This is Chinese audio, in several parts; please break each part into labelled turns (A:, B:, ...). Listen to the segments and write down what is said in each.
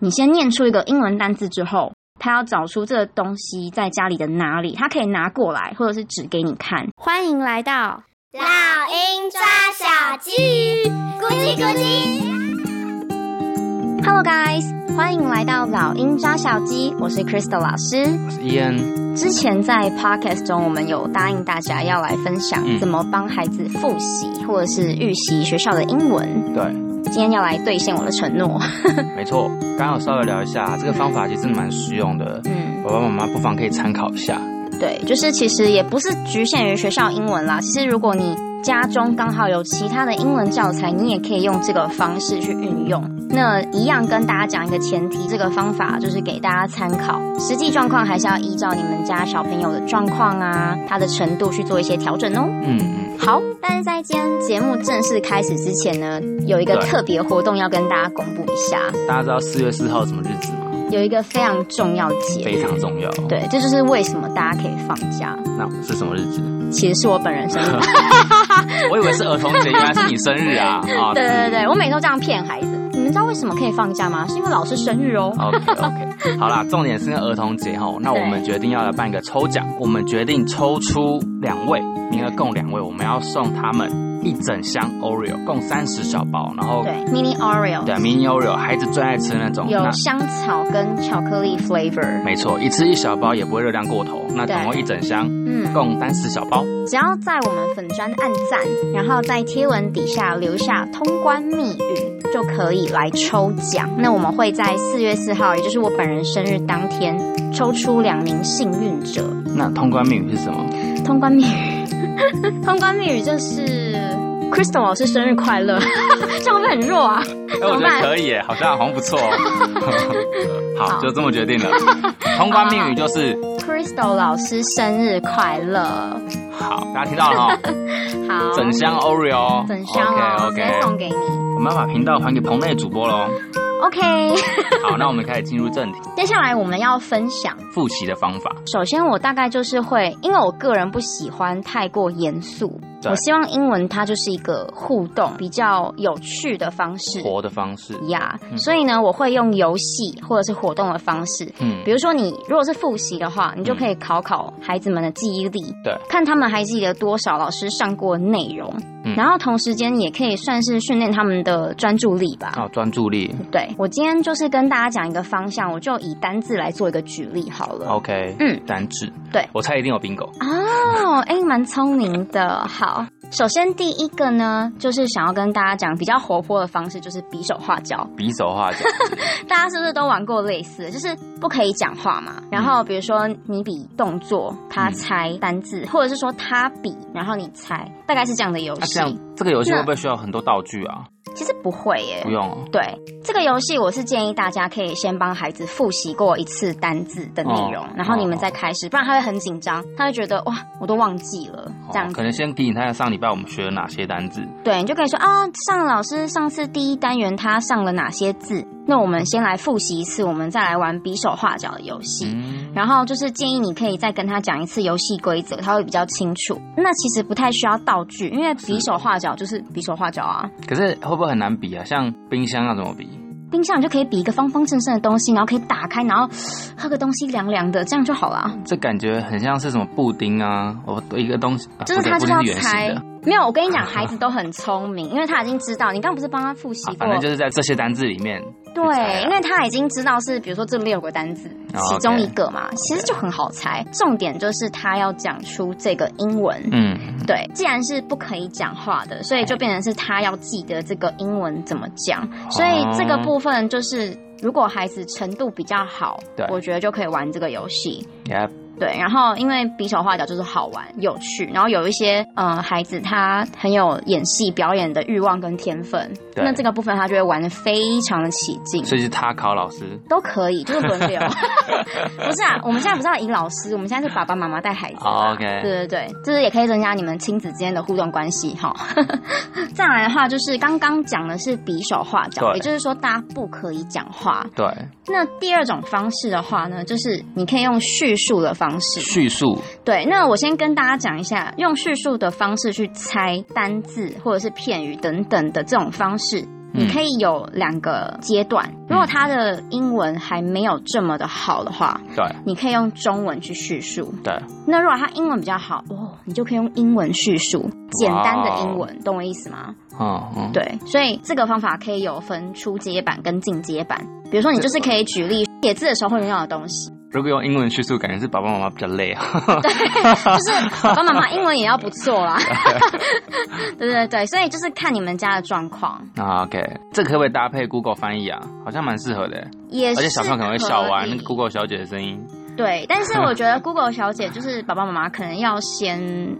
A: 你先念出一个英文单字之后，他要找出这个东西在家里的哪里，他可以拿过来，或者是指给你看。
B: 欢迎来到
C: 老鹰抓小鸡，咕叽咕叽。
A: Hello guys，欢迎来到老鹰抓小鸡，我是 Crystal 老师。
D: 我是 Ian，
A: 之前在 podcast 中，我们有答应大家要来分享
D: 嗯
A: 怎么帮孩子复习或者是预习学校的英文。
D: 对，
A: 今天要来兑现我的承诺。
D: 没错，刚刚有稍微聊一下，这个方法其实蛮实用的，
A: 嗯，
D: 爸爸妈妈不妨可以参考一下。
A: 对，就是其实也不是局限于学校英文啦。其实如果你家中刚好有其他的英文教材，你也可以用这个方式去运用。那一样跟大家讲一个前提，这个方法就是给大家参考，实际状况还是要依照你们家小朋友的状况啊，他的程度去做一些调整哦。
D: 嗯嗯，
A: 好，但是在今天节目正式开始之前呢，有一个
D: 对
A: 特别活动要跟大家公布一下，
D: 大家知道四月四号什么日子吗？
A: 有一个非常重要的节
D: 非
A: 日。
D: 常重要。，
A: 对，这就是为什么大家可以放假。
D: 那是什么日子？
A: 其实是我本人生日，
D: 我以为是儿童节，原来是你生日啊！啊，
A: 对对对，我每次都这样骗孩子。你们知道为什么可以放假吗？是因为老师生日哦。
D: OK OK，好啦，重点是那儿童节哈，那我们决定要来办一个抽奖，我们决定抽出两位，名额共两位，我们要送他们一整箱 Oreo，共三十小包，然后
A: 对，mini Oreo
D: 对 mini Oreo，孩子最爱吃那种，那
A: 有香草跟巧克力 flavor。
D: 没错，一次一小包也不会热量过头，那
A: 对
D: 总共一整箱，
A: 嗯，
D: 共三十小包。
A: 只要在我们粉砖按赞，然后在贴文底下留下通关密语，就可以来抽奖。那我们会在四月四号，也就是我本人生日当天，抽出两名幸运者。
D: 那通关密语是什么？
A: 通关密语， 通关密语就是 Crystal 老师生日快乐， 这样会不会很弱啊？
D: 哎、
A: 么
D: 我觉
A: 办
D: 得可以耶，好像好像不错、 哦。好，就这么决定了。通关密语就是。
A: Crystal 老师生日快乐！
D: 好，大家听到了哈，
A: 好，
D: 整箱 Oreo，哦
A: 整箱哦直
D: OK
A: 接
D: OK，
A: 送给你。
D: 我们要把频道还给棚内主播喽。
A: OK，
D: 好，那我们开始进入正题，
A: 接下来我们要分享。
D: 复习的方法。
A: 首先，我大概就是会，因为我个人不喜欢太过严肃，
D: 对
A: 我希望英文它就是一个互动、比较有趣的方式
D: 活的方式，
A: 呀。
D: 嗯
A: 所以呢，我会用游戏或者是活动的方式，
D: 嗯
A: 比，如说你如果是复习的话，你就可以考考孩子们的记忆力，
D: 对
A: 看他们还记得多少老师上过的内容，
D: 嗯
A: 然后同时间也可以算是训练他们的专注力吧。
D: 好，嗯哦专注力
A: 对我今天就是跟大家讲一个方向，我就以单字来做一个举例好了。
D: ，OK，
A: 嗯，
D: 单字，
A: 对
D: 我猜一定有 bingo，
A: 哦，哎，蛮聪明的。好，首先第一个呢，就是想要跟大家讲比较活泼的方式，就是比手画脚。
D: 比手画脚，
A: 大家是不是都玩过类似的？就是不可以讲话嘛，然后比如说你比动作，
D: 嗯
A: 他猜单字，或者是说他比，然后你猜，大概是这样的游
D: 那
A: 戏。
D: 啊这样这个游戏
A: 啊
D: 会不会需要很多道具啊？
A: 其实不会耶
D: 不。用哦，
A: 对这个游戏，我是建议大家可以先帮孩子复习过一次单字的内容，
D: 哦
A: 然后你们再开始，不然他会很紧张，他会觉得哇，我都忘记了这样
D: 哦
A: 子。
D: 可能先提醒他上礼拜我们学了哪些单字，
A: 对，你就可以说啊，上老师上次第一单元他上了哪些字，那我们先来复习一次，我们再来玩比手画脚的游戏。
D: 嗯，
A: 然后就是建议你可以再跟他讲一次游戏规则，他会比较清楚。那其实不太需要道具，因为比手画脚就是比手画脚啊。
D: 可是会不会很难比啊？像冰箱要怎么比？
A: 冰箱你就可以比一个方方正正的东西，然后可以打开，然后喝个东西凉凉的，这样就好啦。
D: 这感觉很像是什么布丁啊，我一个东西，啊
A: 就是
D: 不对
A: 他就是
D: 布丁
A: 要
D: 是圆
A: 猜
D: 形的，，啊
A: 没有，我跟你讲，孩子都很聪明，因为他已经知道，你刚不是帮他复习
D: 啊
A: 过
D: 反？正就是在这些单字里面去猜
A: 对，
D: 啊
A: 因为他已经知道是比如说这六个单字
D: 哦
A: 其中一个嘛，其实就很好猜。重点就是他要讲出这个英文，
D: 嗯，
A: 对，既然是不可以讲话的，所以就变成是他要记得这个英文怎么讲。
D: 哦
A: 所以这个部分就是，如果孩子程度比较好
D: 对，
A: 我觉得就可以玩这个游戏。
D: 也
A: 对，然后因为比手画脚就是好玩有趣，然后有一些呃孩子他很有演戏表演的欲望跟天分，
D: 对
A: 那这个部分他就会玩的非常的起劲。
D: 所以是他考老师，
A: 都可 以，就是轮流。 不是啊，我们现在不是要以老师，我们现在是爸爸妈妈带孩子嘛。
D: 哦，OK
A: 对对对，就是也可以增加你们亲子之间的互动关系哈。 再来的话，就是刚刚讲的是比手画脚，
D: 对
A: 也就是说大家不可以讲话。
D: 对，
A: 那第二种方式的话呢，就是你可以用叙述的方式。
D: 叙述，
A: 对，那我先跟大家讲一下，用叙述的方式去猜单字或者是片语等等的这种方式，你可以有两个阶段。如果他的英文还没有这么的好的话，
D: 对
A: 你可以用中文去叙述。
D: 对，
A: 那如果他英文比较好，哦，你就可以用英文叙述，简单的英文，懂我意思吗？
D: 嗯嗯，
A: 对，所以这个方法可以有分初阶版跟进阶版。比如说，你就是可以举例写字的时候会用到的东西，
D: 如果用英文叙述，感觉是爸爸妈妈比较累啊。
A: 就是爸爸妈妈英文也要不错啦。对对对，所以就是看你们家的状况，
D: 啊 OK，这可不可以搭配 Google 翻译啊？好像蛮适合的，
A: 也
D: 而
A: 是
D: 且小朋友可能会笑
A: 可
D: 歪
A: 以
D: 那个 Google 小姐的声音。
A: 对，但是我觉得 Google 小姐就是爸爸妈妈可能要先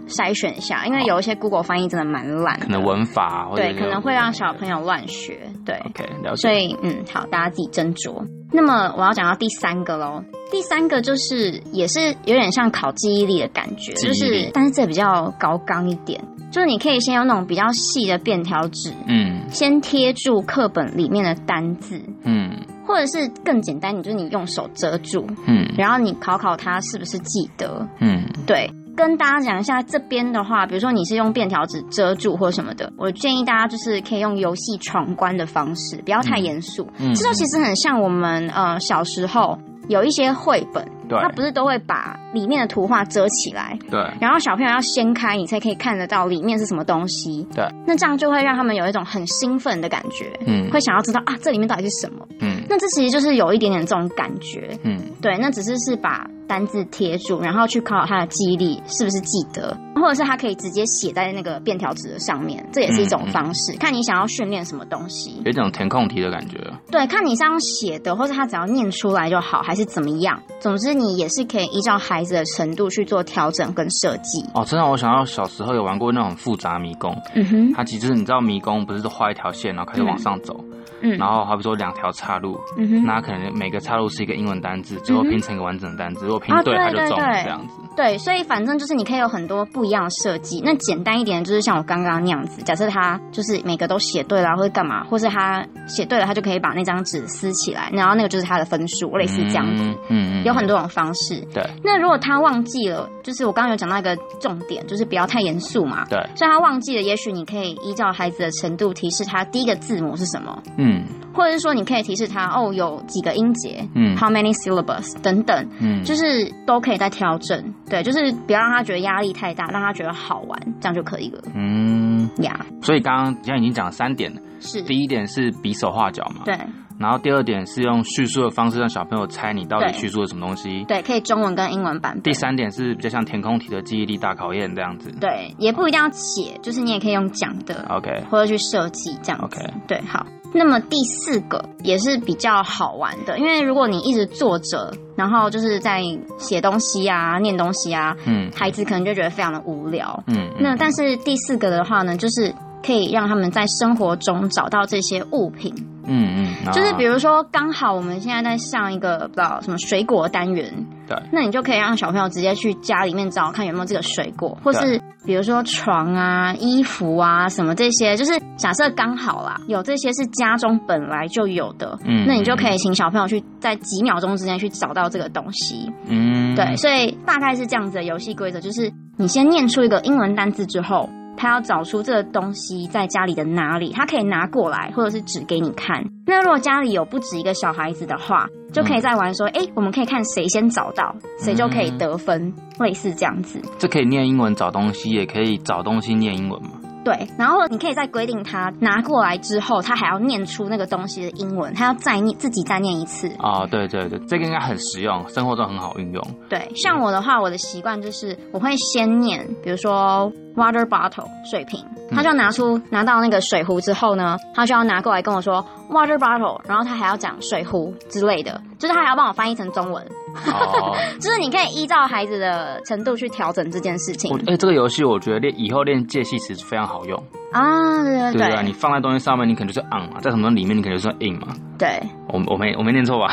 A: 筛选一下，因为有一些 Google 翻译真的蛮烂的，
D: 可能文法啊或者
A: 对，可能会让小朋友乱学，对，
D: OK 了
A: 所
D: 解。
A: 以嗯，好，大家自己斟酌。那么我要讲到第三个喽，第三个就是也是有点像考记忆力的感觉，
D: 记忆
A: 就
D: 力
A: 是但是这比较高纲一点，就是你可以先用那种比较细的便条纸，
D: 嗯
A: 先贴住课本里面的单字，
D: 嗯
A: 或者是更简单，你就是你用手遮住，
D: 嗯
A: 然后你考考他是不是记得。
D: 嗯，
A: 对，跟大家讲一下这边的话，比如说你是用便条纸遮住或什么的，我建议大家就是可以用游戏闯关的方式，不要太严肃。
D: 嗯
A: 这就其实很像我们呃小时候有一些绘本，
D: 嗯对嗯
A: 它不是都会把里面的图画遮起来。
D: 对
A: 然后小朋友要掀开，你才可以看得到里面是什么东西。
D: 对，
A: 那这样就会让他们有一种很兴奋的感觉，
D: 嗯
A: 会想要知道啊，这里面到底是什么。
D: 嗯
A: 那这其实就是有一点点这种感觉。
D: 嗯
A: 对，那只是是把单字贴住，然后去考考他的记忆力是不是记得，或者是他可以直接写在那个便条纸的上面，这也是一
D: 嗯
A: 种方式。看你想要训练什么东西，
D: 有一种填空题的感觉。
A: 对，看你是要写的，或者他只要念出来就好，还是怎么样。总之，你也是可以依照孩子的程度去做调整跟设计。
D: 哦，真的，我想到小时候有玩过那种复杂迷宫，
A: 嗯哼，
D: 它其实你知道迷宫不是都画一条线，然后开始往上走，
A: 嗯
D: 然后好比说两条岔路，
A: 嗯哼，
D: 那可能每个岔路是一个英文单字，最后
A: 嗯哼
D: 拼成一个完整的单字，如果拼
A: 啊
D: 对
A: 对
D: 它就
A: 对
D: 中了
A: 对
D: 这样子。
A: 对，所以反正就是你可以有很多不一样的设计。那简单一点，就是像我刚刚那样子，假设他就是每个都写对了，或者干嘛，或是他写对了，他就可以把那张纸撕起来，然后那个就是他的分数，类似这样子。
D: 嗯嗯，嗯
A: 有很多种方式。
D: 对
A: 那如果他忘记了，就是我刚刚有讲到一个重点，就是不要太严肃嘛。
D: 对，
A: 所以他忘记了，也许你可以依照孩子的程度提示他第一个字母是什么，
D: 嗯
A: 或者是说你可以提示他哦有几个音节、
D: 嗯
A: h o w many syllables 等等。
D: 嗯，
A: 就是都可以再调整，对，就是不要让他觉得压力太大，让他觉得好玩，这样就可以了
D: 嗯，
A: 呀。
D: 所以刚刚现在已经讲了三点了，
A: 是，
D: 第一点是比手画脚嘛，
A: 对
D: 然后第二点是用叙述的方式让小朋友猜你到底
A: 对
D: 叙述了什么东西，
A: 对，可以中文跟英文版本。
D: 第，三点是比较像填空题的记忆力大考验这样子。
A: 对，也不一定要写，就是你也可以用讲的
D: OK，
A: 或者去设计这样子。
D: OK
A: 对，好。那么第四个也是比较好玩的，因为如果你一直坐着，然后就是在写东西啊、念东西啊，
D: 嗯
A: 孩子可能就觉得非常的无聊。
D: 嗯，
A: 那
D: 嗯
A: 但是第四个的话呢，就是可以让他们在生活中找到这些物品，
D: 嗯嗯，
A: 就是比
D: 如
A: 如说，刚好我们现在在上一个不知道什么水果单元，
D: 对
A: 那你就可以让小朋友直接去家里面找看有没有这个水果，或
D: 对
A: 是比如说床啊、衣服啊什么这些，就是假设刚好啦，有这些是家中本来就有的，
D: 嗯
A: 那你就可以请小朋友去在几秒钟之间去找到这个东西，
D: 嗯
A: 对，所以大概是这样子的游戏规则，就是你先念出一个英文单字之后。他要找出这个东西在家里的哪里，他可以拿过来，或者是指给你看。那如果家里有不止一个小孩子的话，就可以再玩说，哎、我们可以看谁先找到，谁就可以得分，类似这样子。
D: 这可以念英文找东西，也可以找东西念英文嘛。
A: 对，然后你可以再规定他拿过来之后，他还要念出那个东西的英文，他要再念自己再念一次。
D: 啊、对对对，这个应该很实用，生活中很好运用。
A: 对，像我的话，我的习惯就是我会先念，比如说 water bottle 水瓶，
D: 嗯
A: 他就要拿出拿到那个水壶之后呢，他就要拿过来跟我说 water bottle，然后他还要讲水壶之类的，就是他还要帮我翻译成中文，
D: 哦，
A: 就是你可以依照孩子的程度去调整这件事情
D: 我哎、这个游戏我觉得练以后练介系词非常好用，
A: 啊，对
D: 对
A: 对
D: 不对啊？
A: 对
D: 你放在东西上面，你可能啊就是 on 嘛，在什么里面你可能就是 in 嘛。
A: 对
D: 我我没我没念错吧？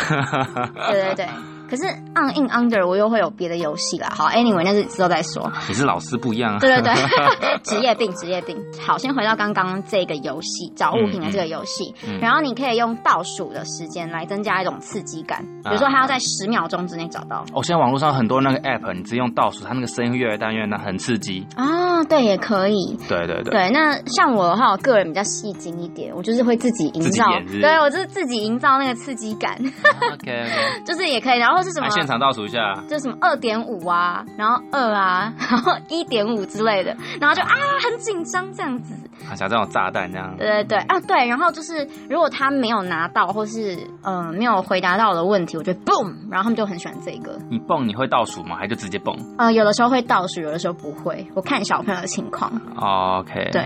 A: 对对对，可是 on in under 我又会有别的游戏啦。好，anyway 那是之后再说。
D: 你是老师不一样 啊。
A: 对对对， 职业病，职业病。好，先回到刚刚这个游戏找物品的这个游戏，
D: 嗯嗯
A: 然后你可以用倒数的时间来增加一种刺激感，
D: 啊
A: 比如说它要在十秒钟之内找到。
D: 哦，现在网络上很多那个 app，你只用倒数，它那个声音越来越大，越来越大，很刺激。
A: 啊，对，也可以。
D: 对对对，
A: 对，那像我的话，我个人比较戏精一点，我就是会自己营
D: 自己
A: 造，
D: 演是不是
A: 对我就是自己营造那个刺激感，
D: OK OK，
A: 就是也可以。然后是什么啊
D: 来？啊现场倒数一下。
A: 就什么二点五啊，然后二啊，然后一点五之类的，然后就啊很紧张这样子，
D: 啊，像这种炸弹这样，
A: 对对对啊对，然后就是如果他没有拿到或是嗯、呃没有回答到我的问题，我就 boom，然后他们就很喜欢这个。
D: 你蹦你会倒数吗？还就直接蹦
A: 呃，有的时候会倒数，有的时候不会，我看小朋友的情况。
D: 哦？OK，，
A: 对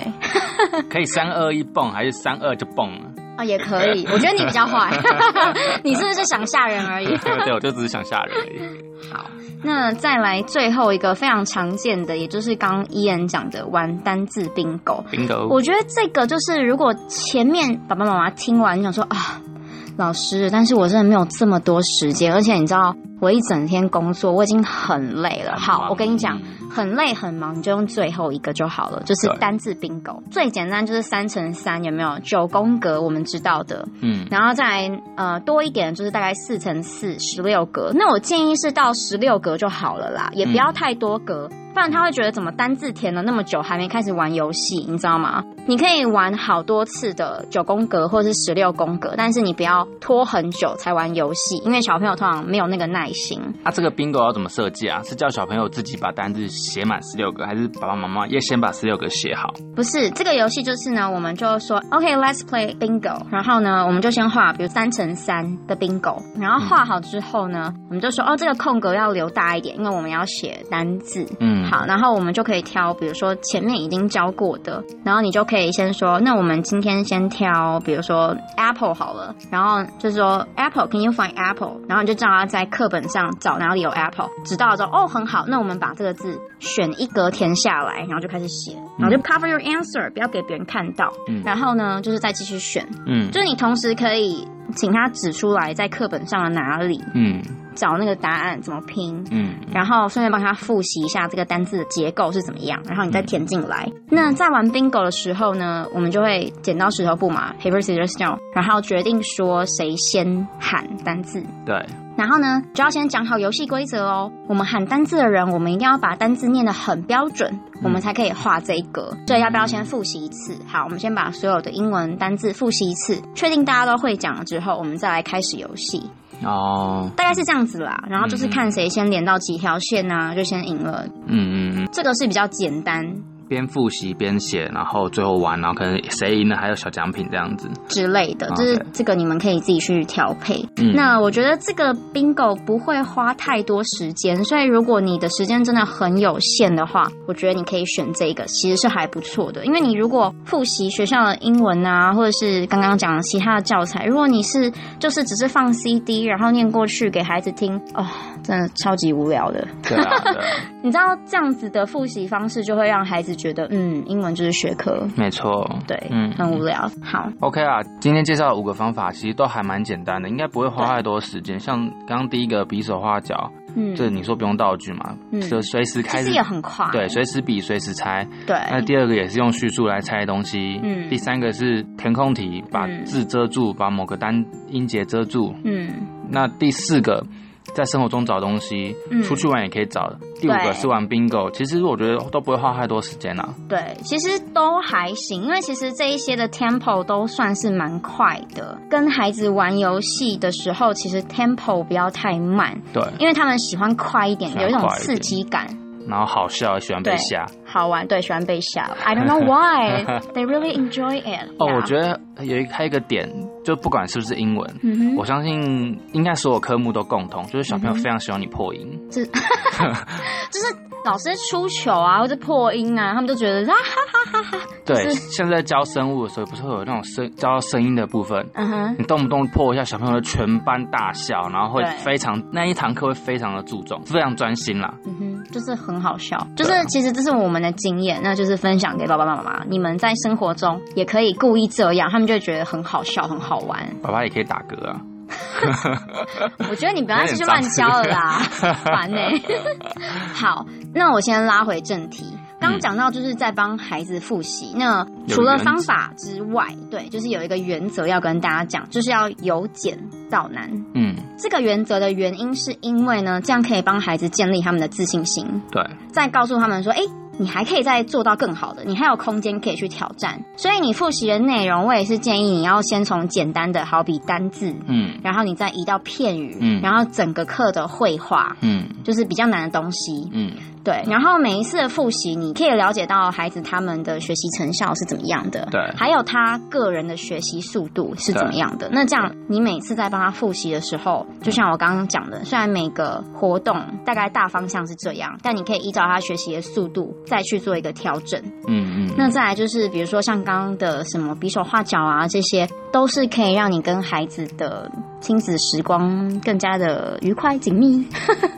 D: 可以三二一蹦，还是三二就蹦了？
A: 啊、也可以，我觉得你比较坏， 你是不是想吓人而已？
D: 对，我就只是想吓人而已。
A: 好，那再来最后一个非常常见的，也就是刚伊人讲的玩单字 bingo。
D: Bingo，
A: 我觉得这个就是，如果前面爸爸妈妈听完，你想说啊，老师，但是我真的没有这么多时间，而且你知道，我一整天工作，我已经很累了。好，我跟你讲，很累很忙，你就用最后一个就好了，就是
D: 对
A: 单字 bingo，最简单就是三乘三，有没有？九宫格我们知道的，
D: 嗯，
A: 然后再来呃多一点就是大概四乘四十六格，那我建议是到十六格就好了啦，也不要太多格，不然他会觉得怎么单字填了那么久还没开始玩游戏，你知道吗？你可以玩好多次的九宫格或是十六宫格，但是你不要拖很久才玩游戏，因为小朋友通常没有那个耐心。
D: 那、啊这个 bingo 要怎么设计啊？是叫小朋友自己把单字写满十六个，还是爸爸妈妈也先把十六个写好？
A: 不是这个游戏，就是呢，我们就说 OK，let's、play bingo。然后呢，我们就先画，比如三乘三的 bingo。然后画好之后呢，我们就说哦，这个空格要留大一点，因为我们要写单字。
D: 嗯，，
A: 好，然后我们就可以挑，比如说前面已经教过的，然后你就可以先说，那我们今天先挑，比如说 apple 好了，然后就说 apple，can you find apple？然后你就叫他在课本上找哪里有 apple，直到说哦很好，那我们把这个字选一格填下来，然后就开始写，然后就 cover your answer，不要给别人看到，
D: 嗯
A: 然后呢就是再继续选，
D: 嗯
A: 就是你同时可以请他指出来在课本上的哪里
D: 嗯
A: 找那个答案怎么拼，
D: 嗯，
A: 然后顺便帮他复习一下这个单字的结构是怎么样，然后你再填进来。那在玩 bingo 的时候呢，我们就会剪刀石头布嘛，paper scissors stone，然后决定说谁先喊单字。
D: 对，
A: 然后呢，就要先讲好游戏规则哦。我们喊单字的人，我们一定要把单字念得很标准，我们才可以画这一格。所以要不要先复习一次？好，我们先把所有的英文单字复习一次，确定大家都会讲了之后，我们再来开始游戏。
D: 哦，
A: 大概是这样子啦，然后
D: 嗯
A: 就是看谁先连到几条线啊，就先赢了。
D: 嗯嗯嗯，
A: 这个是比较简单
D: 边复习边写，然后最后玩，然后可能谁赢了还有小奖品这样子。
A: 之类的，
D: OK
A: 就是这个你们可以自己去调配。
D: 嗯
A: 那我觉得这个 bingo 不会花太多时间，所以如果你的时间真的很有限的话，我觉得你可以选这个，其实是还不错的。因为你如果复习学校的英文啊，或者是刚刚讲的其他的教材，如果你是就是只是放 CD 然后念过去给孩子听，哦，真的超级无聊的。
D: 对啊，对啊
A: 你知道这样子的复习方式就会让孩子觉得，嗯，英文就是学科，
D: 没错，
A: 对，
D: 嗯
A: 很无聊。好，
D: OK 啊，今天介绍的五个方法其实都还蛮简单的，应该不会花太多时间。像刚刚第一个比手画脚，
A: 嗯，
D: 这你说不用道具嘛，
A: 嗯
D: 就随
A: 其
D: 时开始
A: 实也很快，
D: 对，随时比随时猜。
A: 对，
D: 那第二个也是用叙述来猜东西，
A: 嗯
D: 第三个是填空题，把
A: 嗯
D: 字遮住，把某个单音节遮住。
A: 嗯，
D: 那第四个。在生活中找东西，
A: 嗯
D: 出去玩也可以找。第五
A: 对
D: 个是玩 bingo，其实我觉得都不会花太多时间啦、啊
A: 对，其实都还行，因为其实这一些的 tempo 都算是蛮快的。跟孩子玩游戏的时候，其实 tempo 不要太慢，
D: 对，
A: 因为他们喜欢快一点，
D: 喜欢
A: 有一种
D: 快一
A: 刺
D: 点
A: 激感，
D: 然后好笑，喜欢被
A: 对
D: 吓。
A: 好玩，对，喜欢被吓。I don't know why they really enjoy it
D: 哦，
A: yeah
D: 我觉得有一还有一个点，就不管是不是英文，
A: 嗯哼
D: 我相信应该所有科目都共同，就是小朋友
A: 嗯哼
D: 非常喜欢你破音。
A: 就是老师出糗啊，或者破音啊，他们就觉得啊哈，
D: 对，现在教生物的时候，不是会有那种声教到声音的部分，
A: 嗯哼，
D: 你动不动破一下，小朋友就全班大笑，然后会
A: 对
D: 非常那一堂课会非常的注重，非常专心啦。
A: 嗯哼，就是很好笑。就是
D: 对啊
A: 其实这是我们的经验，那就是分享给爸爸妈妈，你们在生活中也可以故意这样，他们就会觉得很好笑、很好玩。
D: 爸爸也可以打嗝啊，
A: 我觉得你不要继续乱教了啦，烦呢、欸好，那我先拉回正题。刚讲到就是在帮孩子复习，那除了方法之外，对，就是有一个原则要跟大家讲，就是要由简到难。
D: 嗯，
A: 这个原则的原因是因为呢，这样可以帮孩子建立他们的自信心，
D: 对，
A: 再告诉他们说，哎、你还可以再做到更好的，你还有空间可以去挑战。所以你复习的内容，我也是建议你要先从简单的，好比单字，
D: 嗯
A: 然后你再移到片语，
D: 嗯
A: 然后整个课的绘画，
D: 嗯
A: 就是比较难的东西。
D: 嗯，
A: 对，然后每一次的复习，你可以了解到孩子他们的学习成效是怎么样的，
D: 对
A: 还有他个人的学习速度是怎么样的。那这样，你每次在帮他复习的时候，就像我刚刚讲的，虽然每个活动大概大方向是这样，但你可以依照他学习的速度再去做一个调整。
D: 嗯嗯，
A: 那再来就是，比如说像刚刚的什么比手画脚啊，这些都是可以让你跟孩子的亲子时光更加的愉快紧密，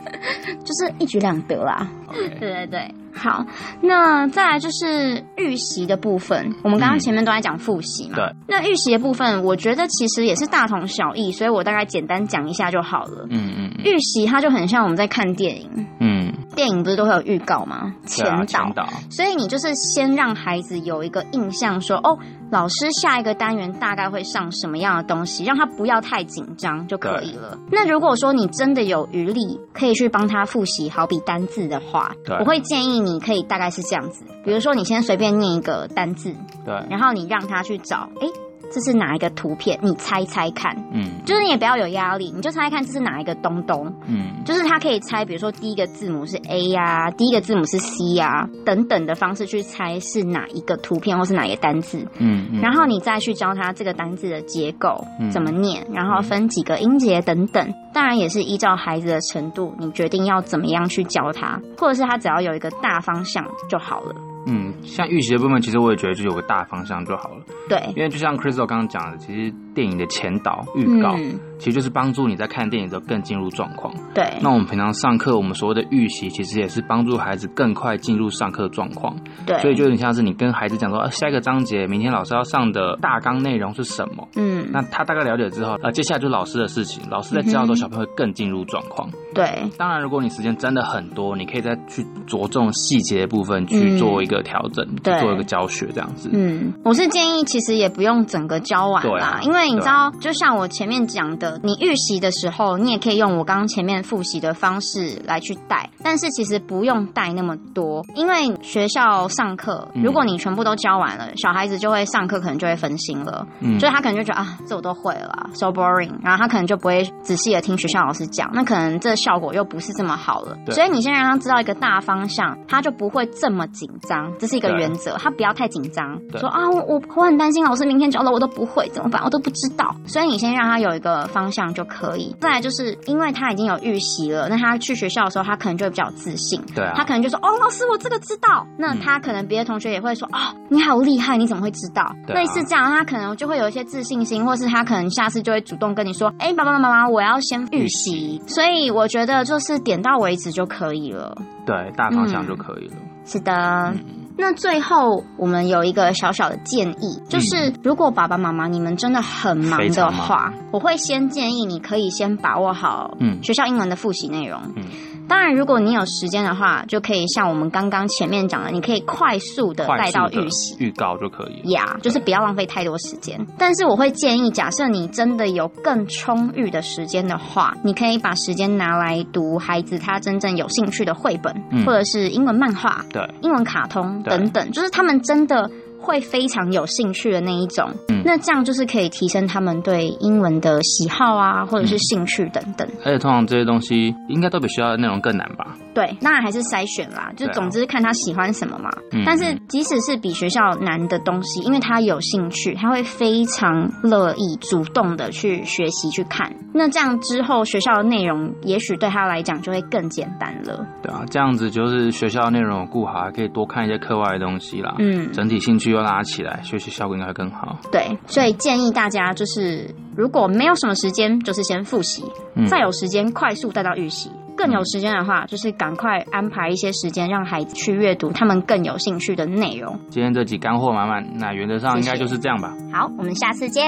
A: 就是一举两得啦。
D: OK，
A: 对对对，好，那再来就是预习的部分，我们刚刚
D: 嗯
A: 前面都在讲复习嘛。
D: 对。
A: 那预习的部分，我觉得其实也是大同小异，所以我大概简单讲一下就好了。
D: 嗯嗯
A: 预习它就很像我们在看电影，
D: 嗯，
A: 电影不是都会有预告吗？前
D: 对啊，
A: 导。
D: 前导，
A: 所以你就是先让孩子有一个印象说，哦，老师下一个单元大概会上什么样的东西，让他不要太紧张就可以了。那如果说你真的有余力，可以去帮他复习，好比单字的话
D: 对，
A: 我会建议你可以大概是这样子，比如说你先随便念一个单字，
D: 对，
A: 然后你让他去找，诶，这是哪一个图片？你猜猜看。
D: 嗯
A: 就是你也不要有压力，你就猜猜看这是哪一个东东，
D: 嗯
A: 就是他可以猜，比如说第一个字母是 A 呀、第一个字母是 C 呀、等等的方式去猜是哪一个图片或是哪一个单字，
D: 嗯嗯，
A: 然后你再去教他这个单字的结构、
D: 嗯
A: 怎么念，然后分几个音节等等。当然也是依照孩子的程度，你决定要怎么样去教他，或者是他只要有一个大方向就好了。
D: 嗯，像预习的部分，其实我也觉得就有个大方向就好了，
A: 对，
D: 因为就像 Crystal 刚刚讲的，其实电影的前导预告，
A: 嗯，
D: 其实就是帮助你在看电影的时候更进入状况。
A: 对，
D: 那我们平常上课，我们所谓的预习，其实也是帮助孩子更快进入上课状况。
A: 对，
D: 所以就有点像是你跟孩子讲说，啊、下一个章节明天老师要上的大纲内容是什么。
A: 嗯，
D: 那他大概了解之后，呃，接下来就是老师的事情。老师在教的
A: 嗯
D: 时候，小朋友会更进入状况。
A: 对，
D: 当然，如果你时间真的很多，你可以再去着重细节的部分去
A: 嗯
D: 做一个调整，
A: 对
D: 做一个教学这样子。
A: 嗯，我是建议其实也不用整个教完
D: 对
A: 啦，
D: 啊
A: 因为你
D: 对
A: 知道，就像我前面讲的，你预习的时候，你也可以用我刚刚前面复习的方式来去带，但是其实不用带那么多，因为学校上课，
D: 嗯
A: 如果你全部都教完了，小孩子就会上课可能就会分心了，
D: 嗯
A: 所以他可能就觉得啊，这我都会了啊，so boring，然后他可能就不会仔细的听学校老师讲，那可能这效果又不是这么好了。
D: 对
A: 所以你先让他知道一个大方向，他就不会这么紧张，这是一个
D: 对
A: 原则，他不要太紧张，
D: 对
A: 说啊，我我我很担心老师明天教的我都不会怎么办，我都不知道。所以你先让他有一个方向就可以。再来就是因为他已经有预习了，那他去学校的时候，他可能就会比较有自信。
D: 对啊，
A: 他可能就说：“哦，老师，我这个知道。”那
D: 嗯
A: 他可能别的同学也会说：“哦，你好厉害，你怎么会知道？”
D: 对啊
A: 类似这样，他可能就会有一些自信心，或是他可能下次就会主动跟你说：“哎，爸爸妈妈，我要先预习。”所以我觉得就是点到为止就可以了。
D: 对大方
A: 嗯
D: 向就可以了。
A: 是的，
D: 嗯
A: 那最后我们有一个小小的建议，就是如果爸爸妈妈你们真的很忙
D: 嗯非
A: 的
D: 常
A: 话，我会先建议你可以先把握好
D: 嗯
A: 学校英文的复习内容。
D: 嗯
A: 当然，如果你有时间的话，就可以像我们刚刚前面讲的，你可以快速的
D: 快
A: 带
D: 速
A: 到
D: 的
A: 预习。
D: 预告就可以了。
A: 呀就是不要浪费太多时间。但是我会建议，假设你真的有更充裕的时间的话，你可以把时间拿来读孩子他真正有兴趣的绘本，
D: 嗯
A: 或者是英文漫画、
D: 对，
A: 英文卡通
D: 对
A: 等等，就是他们真的会非常有兴趣的那一种。
D: 嗯
A: 那这样就是可以提升他们对英文的喜好
D: 嗯
A: 啊，或者是兴趣等等。
D: 而且通常这些东西应该都比学校的内容更难吧？
A: 对，当然还是筛选啦，就
D: 对啊
A: 总之看他喜欢什么嘛。
D: 嗯
A: 但是即使是比学校难的东西，因为他有兴趣，他会非常乐意主动的去学习去看。那这样之后，学校的内容也许对他来讲就会更简单了。
D: 对啊，这样子就是学校内容有顾好，还可以多看一些课外的东西啦。
A: 嗯，
D: 整体兴趣又拉起来，学习效果应该会更好。
A: 对，所以建议大家就是，如果没有什么时间，就是先复习，
D: 嗯
A: 再有时间快速带到预习。更有时间的话，就是赶快安排一些时间，让孩子去阅读他们更有兴趣的内容。
D: 今天这集干货满满，那原则上应该就是这样吧。
A: 好，我们下次见，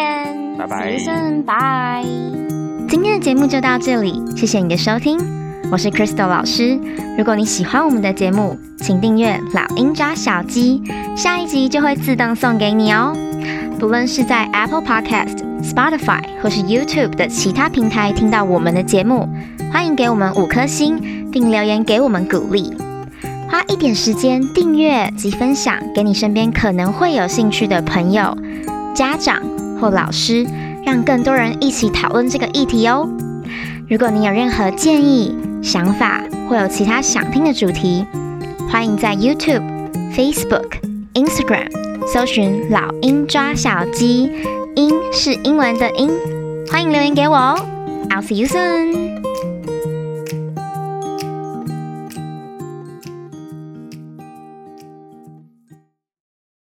D: 拜拜
A: See you soon，拜。
E: 今天的节目就到这里，谢谢你的收听，我是 Crystal 老师。如果你喜欢我们的节目，请订阅《老鹰抓小鸡》，下一集就会自动送给你哦。不论是在 Apple Podcast、Spotify 或是 YouTube 的其他平台听到我们的节目，欢迎给我们五颗星，并留言给我们鼓励。花一点时间订阅及分享给你身边可能会有兴趣的朋友、家长或老师，让更多人一起讨论这个议题哦。如果你有任何建议、想法或有其他想听的主题，欢迎在 YouTube、Facebook、Instagram 搜寻“老鹰抓小鸡”，鹰是英文的鹰，欢迎留言给我哦。I'll see you soon.